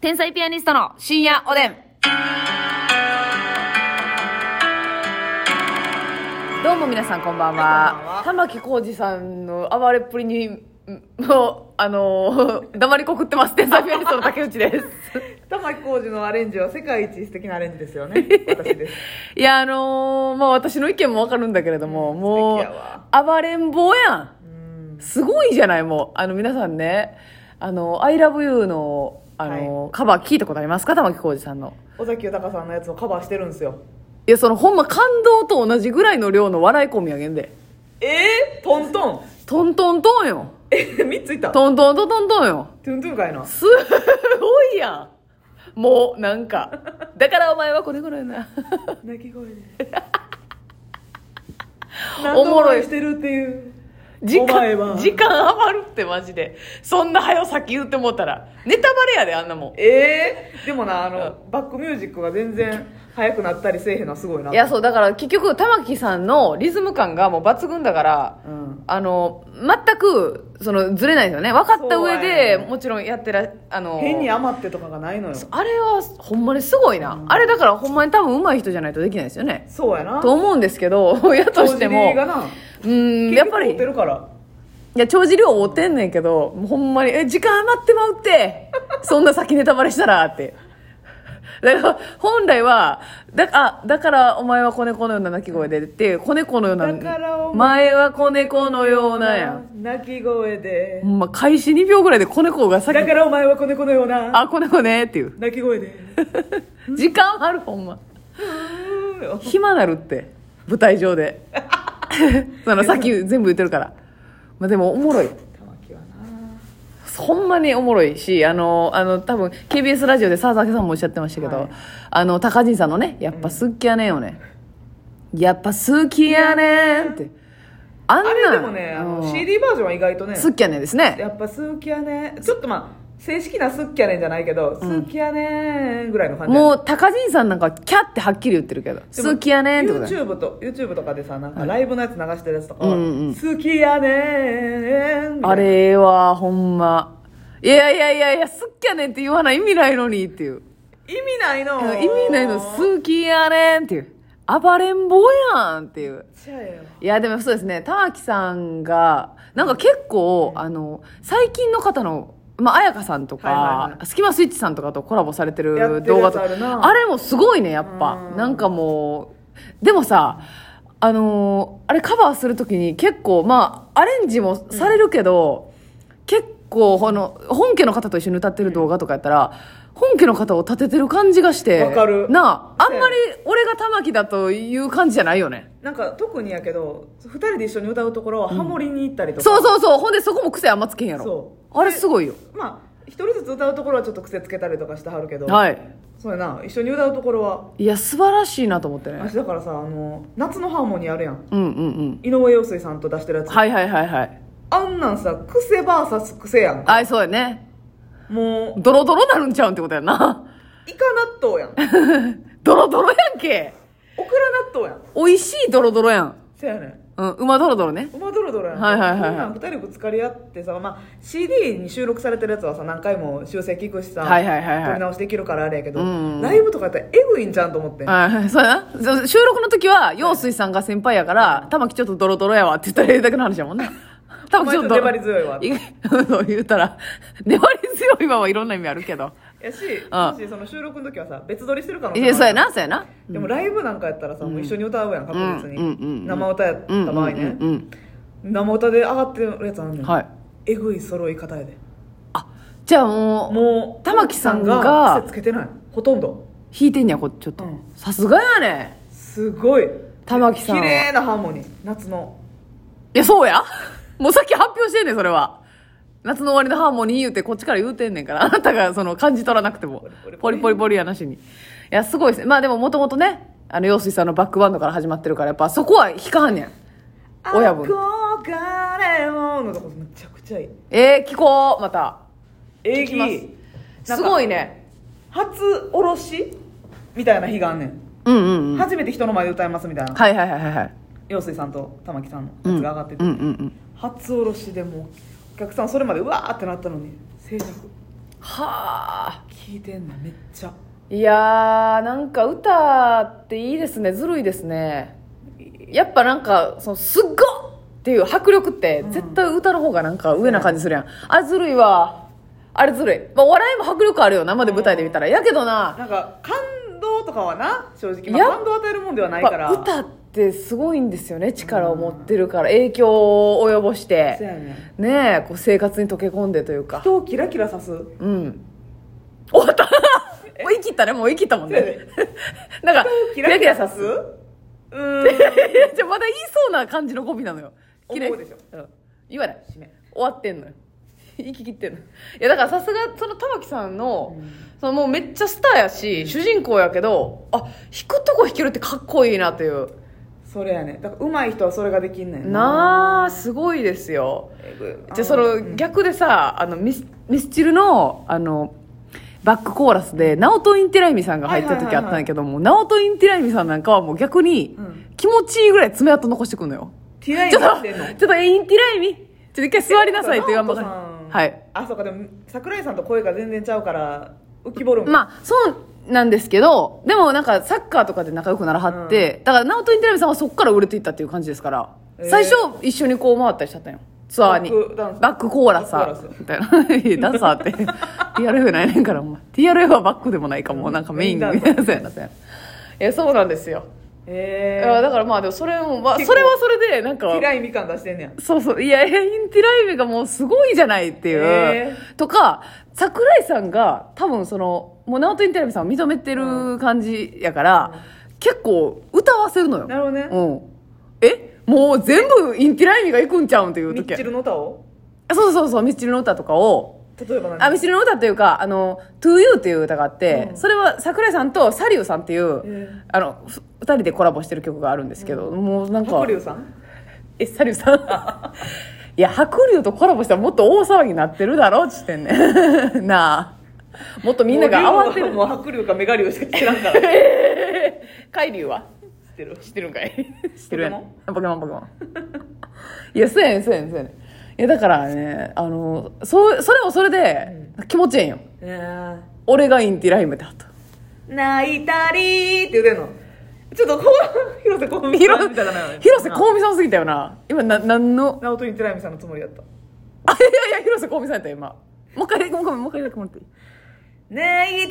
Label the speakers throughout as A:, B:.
A: 天才ピアニストの深夜おでん。どうも皆さんこんばんは。
B: 玉置浩二さんの暴れっぷりにんもうあのー 黙りこくってます天才ピアニストの竹内です
C: 玉置浩二のアレンジは世界一素敵なアレンジですよね私です
B: いやあのーまあ私の意見もわかるんだけれども、も
C: 素敵や
B: う暴れん坊やんすごいじゃないもうあの皆さんねあの「ILOVEYOU」のあのーカバー聞いたことありますか玉置浩二さんの
C: 尾崎豊さんのやつをカバーしてるんですよ
B: いやそのほんま感動と同じぐらいの量の笑い込みやげんで
C: えー、トントン
B: トントントンよ
C: え3ついたト
B: トントントントントンよ
C: ゥントゥンかいな
B: すごいやんもうなんかだからお前はこれぐらい な
C: 泣き声で
B: お
C: お
B: も
C: も
B: ろ
C: ろ
B: い
C: いしてるっていう
B: 時
C: お前は
B: 間時間余るってマジでそんな早さっき言ってもうたらネタバレやであんなも
C: えー、でもなあのバックミュージックが全然速くなったりせえへんのはすごいなん
B: いやそうだから結局玉木さんのリズム感がもう抜群だから、
C: うん
B: あの全くそのずれないですよね分かった上
C: そう
B: で
C: やね
B: もちろんやってらあの
C: 変に余ってとかがないのよ
B: あれはほんまにすごいな、あれだからほんまに多分上手い人じゃないとできないですよね
C: そうやな
B: と思うんですけどやとして
C: 帳尻
B: も
C: がな
B: うんやっぱ
C: 結
B: り
C: 構合てるから
B: いや、長寿量追ってんねんけど、もうほんまに、え、時間余ってまうって、そんな先ネタバレしたら、って。だから、本来は、だ、あ、だからお前は子猫のような鳴き声でって、子猫のような、
C: だからお
B: 前は子猫のようなやん。
C: 泣き声で
B: ほんま、開始2秒ぐらいで子猫が
C: だ
B: 先、
C: からお前は子猫のような
B: あ、子猫ねっていう。
C: 泣き声で
B: 時間ある、ほんま。暇なるって、舞台上で。 その、さっき全部言ってるから。まあ、でも、おもろい。
C: 玉木はな
B: ほんまにおもろいし、あの、あの、多分 KBS ラジオで沢崎さんもおっしゃってましたけど、
C: はい
B: あの、高人さんのね、やっぱ好きやねんよね。やっぱ好きやねんって。あんな
C: あ
B: ん
C: れでもねあ
B: う
C: の
B: ん
C: CD バージョンは意外とね
B: 好きやねんですね。
C: やっぱ好きやねちょっとまあ正式な好きやねんじゃないけど、好きやねんぐらいの感じ
B: もう、高人さんなんか、キャってはっきり言ってるけど、
C: でも
B: 好きやねんってことだよ
C: YouTube と YouTube とかでさなんかライブのやつ流してるやつとか、
B: うんうん
C: 好きやねんみたいな
B: あれは、ほんま。いやいやいやいや、好きやねんって言わない意味ないのにっていう。
C: 意味ないの
B: 意味ないの、
C: っ
B: 好きやねんっていう。暴れん坊やんっていう。
C: ちゃえよ
B: いや、でもそうですね。玉木さんが、なんか結構、あの、最近の方の、まあ、彩香さんとか、
C: はいはいは
B: スキマスイッチさんとかとコラボされて
C: やって
B: る
C: る
B: 動画と
C: やつあるな
B: あれもすごいね、やっぱ。
C: うん
B: なんかもう、でもさ、あのーあれカバーするときに結構、まあ、アレンジもされるけど、結構、この、本家の方と一緒に歌ってる動画とかやったら、本家の方を立ててる感じがして、
C: わかる
B: なあ、あんまり俺が玉木だという感じじゃないよね。
C: なんか特にやけど2人で一緒に歌うところはハモリに行ったりとか、
B: そうそうそうほんでそこも癖あんまつけへんやろ
C: そ
B: あれすごいよ
C: まあ一人ずつ歌うところはちょっと癖つけたりとかしてはるけど、
B: はい
C: そうやな一緒に歌うところはい
B: や素晴らしいなと思ってね
C: 私だからさあの夏のハーモニーあるやん
B: うんうんうん
C: 井上陽水さんと出してるやつ、
B: はいはいはいはい
C: あんなんさ癖バーサス癖やんか
B: あいそうやね
C: もう
B: ドロドロなるんちゃうんってことやな
C: イカ納豆やんオクラ
B: ドロドロやんけ
C: 納豆やん
B: 美味しいドロドロやん
C: せやねん
B: うん馬ドロドロね
C: 馬ドロドロやん
B: はいはいはいはい
C: こんなん2人ぶつかり合ってさ、まあ、CD に収録されてるやつはさ何回も修正聞くしさ、
B: はいはいはいはい
C: 取り直しできるからあれやけど、
B: うん
C: ライブとかやったらエグいんじゃんと思ってん
B: あ そうやなそう収録の時は陽水さんが先輩やから玉木ちょっとドロドロやわって言ったらええだけの話やもんな玉木ちょっとドロ
C: お前ちょっと粘り強いわ
B: そう言うたら粘り強いわはいろんな意味あるけ ど
C: やしもしその収録の時はさ別撮りしてるから
B: いやそうやなそうやな
C: でもライブなんかやったらさ、もう一緒に歌うやん確実に、
B: うんうんうんうん
C: 生歌やった
B: うん
C: 場合ね、
B: うんうん
C: 生歌で上がってるやつあんね
B: うん
C: ん、
B: はい
C: えぐい揃い方やで
B: あじゃあもう
C: もう
B: 玉木さんが
C: 玉木さん癖つけてないほとんど
B: 弾いてんねやこちょっと
C: うん
B: さすがやね
C: すごい
B: 玉木さんは
C: 綺麗なハーモニー夏の
B: いやそうや もうさっき発表してんねんそれは夏の終わりのハーモニー言うてこっちから言うてんねんからあ なたがその感じ取らなくても
C: ポリポ
B: ポリ
C: リ
B: ポリポリやなしにいやすごいですねまあでももともとねあの陽水さんのバックバンドから始まってるからやっぱそこは弾かはんねん親分
C: 憧れものとこめちゃくちゃいい
B: えー、聞こうまた
C: え
B: きます
C: ぎ
B: すごいね
C: 初おろしみたいな日があんねん、
B: うんうんうん
C: 初めて人の前で歌いますみたいな
B: はいはいはいはいはい
C: 陽水さんと玉木さんの
B: うんう
C: やつ
B: ん
C: が上がってて、
B: うんうん
C: 初おろしでもうお客さんそれまでうわーってなったのに静寂
B: はあ
C: 綺聞いてんのめっちゃ
B: いやーなんか歌っていいですねずるいですねやっぱなんかそのすっごっっていう迫力って絶対歌の方がなんか上な感じするやん、あれずるいわあれずるい、まあ、お笑いも迫力あるよ生で舞台で見たら、やけどな
C: なんか感動とかはな正直、
B: や
C: まあ、感動を与えるもんではないから
B: やっぱ歌ってすごいんですよね力を持ってるから影響を及ぼし
C: そうや
B: て
C: ね
B: ねえこう生活に溶け込んでというか
C: 人をキラキラさす
B: うん終わった もう言い切ったねもう言い切ったもん
C: そうや
B: ね なんか
C: キラキラさすうーん
B: えじゃあまだ言いそうな感じの語尾なのよ綺麗
C: 思うでしょ
B: うん、言わない
C: 締め
B: 終わってんのよ 息切ってんのいやだからさすがその玉木さんの,、そのもうめっちゃスターやし、主人公やけどあ弾くとこ弾けるってかっこいいなという、
C: それやねだから上手い人はそれができんねん
B: なあすごいですよ
C: えぐい
B: じゃあその逆でさあのミスミスチルのあのバックコーラスで直人インティライミさんが入った時あったんやけども直人インティライミさんなんかはもう逆に
C: うん
B: 気持ちいいぐらい爪痕残してくんのよ、
C: ティライ
B: ちょっ
C: ン
B: と、
C: してんの
B: ちょっとインティライミ、ちょっと一回座りなさいと言わんばかり。
C: 直人さん
B: はい。
C: あそうかでも桜井さんと声が全然ちゃうから浮き彫るもん、
B: まあ、そうなんですけど、でもなんかサッカーとかで仲良くならはって、だから、直人インティライミさんはそこから売れていったっていう感じですから、
C: えー
B: 最初一緒にこう回ったりしちゃったんよ。ツアーに。
C: バックダンサー
B: バックコーラ
C: バッ
B: サ
C: ク
B: ー。みたいな。 いやダンサーって。TRF ないねんから、お前。TRF はバックでもないかも、なんかメインみたい
C: メイ ン
B: な。そうやな、そうやな。いや、そうなんですよ。
C: え
B: いやだからまあ、でもそれも、まあ、
C: 結構
B: それはそれで、なんか。
C: ー、ティライミ感出してんねや
B: そうそう。いや、インティライミがもうすごいじゃないっていう。
C: へ
B: とか、桜井さんが多分その、もうナオトインティライミさんを認めてる感じやから、結構歌わせるのよ。
C: なるほどね
B: うん。えもう全部インティライミが行くんちゃうんっていう
C: ミ
B: 時
C: ッチルの歌を
B: あそうそうそう、ミスチルの歌とかを、
C: 例えば何
B: あ、ミスチルの歌というか、あの、To You っていう歌があって、それは桜井さんとサリューさんっていう、
C: へえ
B: あの、ふ二人でコラボしてる曲があるんですけど、もうなんか。
C: 白龍さん
B: えサリューさんいや白龍とコラボしたらもっと大騒ぎになってるだろっつってんねん なあもっとみんなが慌てる
C: もう龍はもう白龍かメガ龍しか知らんから 知っ
B: 海龍は
C: てる
B: 知ってるんかい知ってるやんポケモンポケモ ンいやそうやねんそうやねんそうやねんいやだからねあのそうそれもそれで気持ちええんよ
C: ね
B: 俺がインティライムだと
C: え泣いたりーって言うてんのちょっとこう広瀬香美さん
B: 広
C: みたいなのよ
B: 広瀬香美さんすぎたよな今な何の
C: 直人にテラミさんのつもりやった
B: あいやいや広瀬香美さんやったよ今もう一回もう一回もう一回やってもらっていい
C: 泣いたり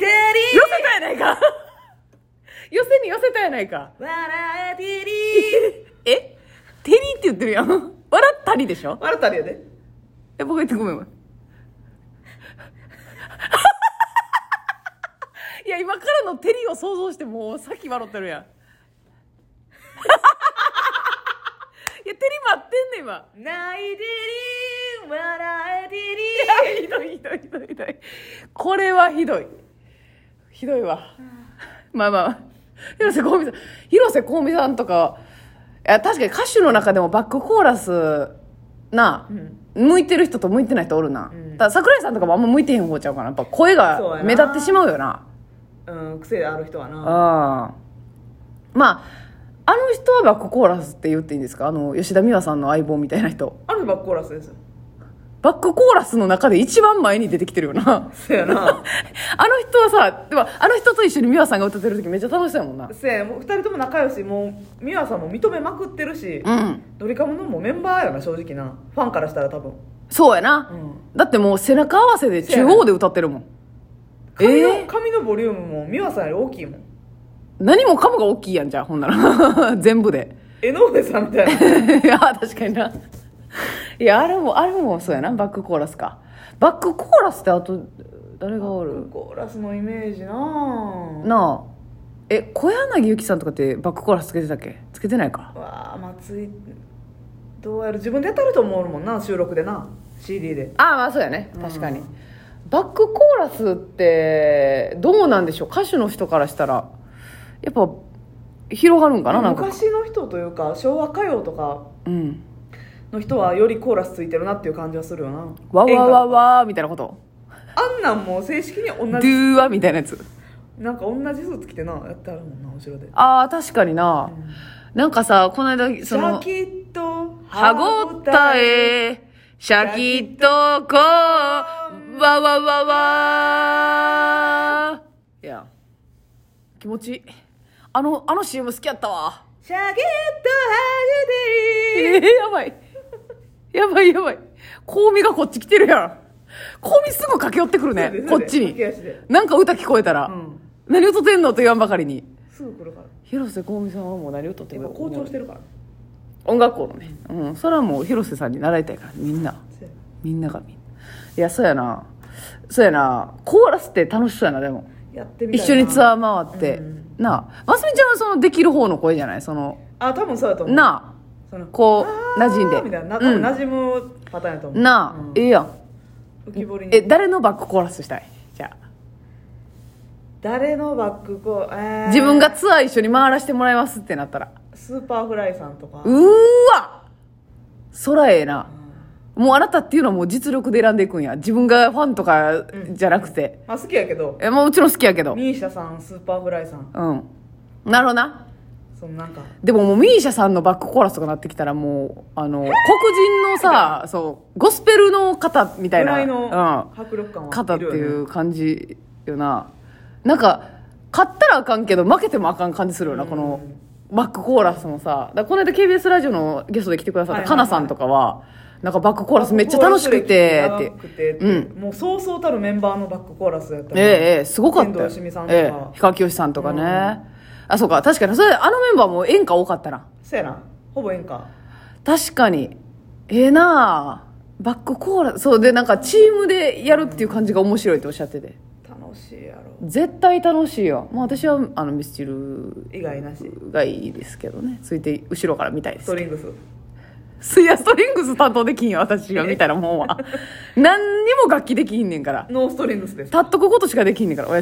B: 寄せたやないか 寄せに寄せたやないか
C: ー笑えてりー
B: えテリーって言ってるやん笑ったりでしょ
C: 笑ったりやで
B: え僕言ってごめんごめん いや今からのテリーを想像してもうさっき笑ってるやん いやテリー待ってんねん今
C: 泣いてりー笑えてり
B: ひどいひどいひどいひどいこれはひどいひどいわまあまあ広瀬香美さん広瀬香美さんとかいや確かに歌手の中でもバックコーラスな、向いてる人と向いてない人おるな、だから桜井さんとかもあんま向いてへん方ちゃうからやっぱ声
C: そうや
B: が
C: な
B: 目立ってしまうよな
C: ーうん癖ある人は
B: う
C: なん
B: まああの人はバックコーラスって言っていいんですかあの吉田美和さんの相棒みたいな人
C: あるバックコーラスですよ
B: バックコーラスの中で一番前に出てきてるよな
C: そうや な
B: あの人はさ、でもあの人と一緒に美和さんが歌ってる時めっちゃ楽しそうやもんな。
C: せやもう二人とも仲良しもう美和さんも認めまくってるし、
B: うん。
C: ドリカムのもメンバーやな正直なファンからしたら多分
B: そうやな。
C: う
B: だってもう背中合わせで中央で歌ってるもん。
C: 髪の、
B: えー
C: 髪のボリュームも美和さんより大きいもん
B: 何もかもが大きいやんじゃあ、ほんなら。 全部で。
C: 江上さんみたいな
B: いや、確かにな。いや、あれも、あれもそうやな。バックコーラスか。バックコーラスってあと、誰がおる
C: コーラスのイメージなぁ
B: なあ。え、小柳ゆきさんとかってバックコーラスつけてたっけつけてないか。
C: わあ松井どうやる自分でやったると思うもんな収録でな CD で
B: ああまあそうやね確かに、バックコーラスってどうなんでしょう歌手の人からしたらやっぱ広がるんかななんか
C: 昔の人というか昭和歌謡とか
B: うん
C: の人はよりコーラスついてるなっていう感じはするよな
B: わわわ
C: わ
B: わみたいなこと
C: あんなんもう正式に同
B: ド
C: じ
B: ゥーワみたいなやつ
C: なんか同じスーツ着てなやってあるもんな後ろで
B: ああ確かにな、なんかさこの間
C: シ
B: そ
C: ャ
B: の
C: キッと
B: 歯ごたえシャキッとこうわわわわ気持ちいいあのあの CM 好きやったわ
C: シャゲット
B: えー、やばいやばいやばい香美がこっち来てるやん香美すぐ駆け寄ってくるね
C: そ
B: こ
C: うです
B: っち
C: そうです駆
B: に
C: け足
B: なんか歌聞こえたら、
C: ん
B: 何歌ってんのと言わんばかりに
C: すぐ来るから。
B: 広瀬香美さんはもう何歌って
C: やっ
B: も
C: ぱ校長してるから。
B: 音楽校のね、うん、それはもう広瀬さんに習いたいからみんな
C: そうや
B: みんながみんないやそうやなそうやなコーラスって楽しそうやなでも
C: やってみ
B: 一
C: たい
B: 緒にツア
C: ー。
B: ー回って、なあますみちゃんはそのできる方の声じゃないその
C: あ、多分そうだと思う。
B: な
C: そ
B: あ
C: の
B: こ
C: あ
B: う
C: ー
B: 馴染んで
C: みたいな。多
B: う
C: 分
B: ん、
C: 馴染むパターンやと思う。
B: なあ、
C: うん
B: ええやん
C: 浮き彫り
B: え
C: に。
B: 誰のバックコーラスしたいじゃ
C: 誰のバックこう、
B: あ
C: えー
B: 自分がツアー一緒に回らせてもらいますってなったら
C: スーパーフライさんとか。
B: うーわそらええなもうあなたっていうのはもう実力で選んでいくんや自分がファンとかじゃなくて、
C: まあ好きやけど、
B: えまあもちろん好きやけど
C: ミーシャさん、スーパーフライさん、
B: うんなるほどな
C: そのなんか、
B: でももうミーシャさんのバックコーラスとかなってきたらもうあの黒人のさそうゴスペルの方み
C: ぐ
B: たいな
C: らいの
B: う
C: 迫力感は、
B: ん、方っていう。感じよななんか勝ったらあかんけど負けてもあかん感じするよなこのバックコーラスもさだからこの間 KBS ラジオのゲストで来てくださっ
C: はい
B: た
C: はいは
B: かな
C: い
B: さんとかはなんかバックコーラスめっちゃ楽しくて
C: バ
B: っ
C: ッ
B: て
C: クコーラス歴長くてって
B: う
C: もうそうそうたるメンバーのバックコーラスやった
B: ええええすごかった
C: 天童よしみさんとか
B: ええ氷川きよしさんとかね、あそうか確かにそれあのメンバーも演歌多かったな
C: せやなほぼ演歌
B: 確かにええなあバックコーラスそうでなんかチームでやるっていう感じが面白いっておっしゃってて
C: 楽しいやろ
B: 絶対楽しいよ、まあ、私はあのミスチル
C: 以外なし
B: がいいですけどねついて後ろから見たいで
C: ス
B: す
C: トリングス
B: いやストリングス担当できんよ私が見 たらもんは何にも楽器できひんねんから
C: ノーストリングスです
B: 立っとくことしかできんねんからおや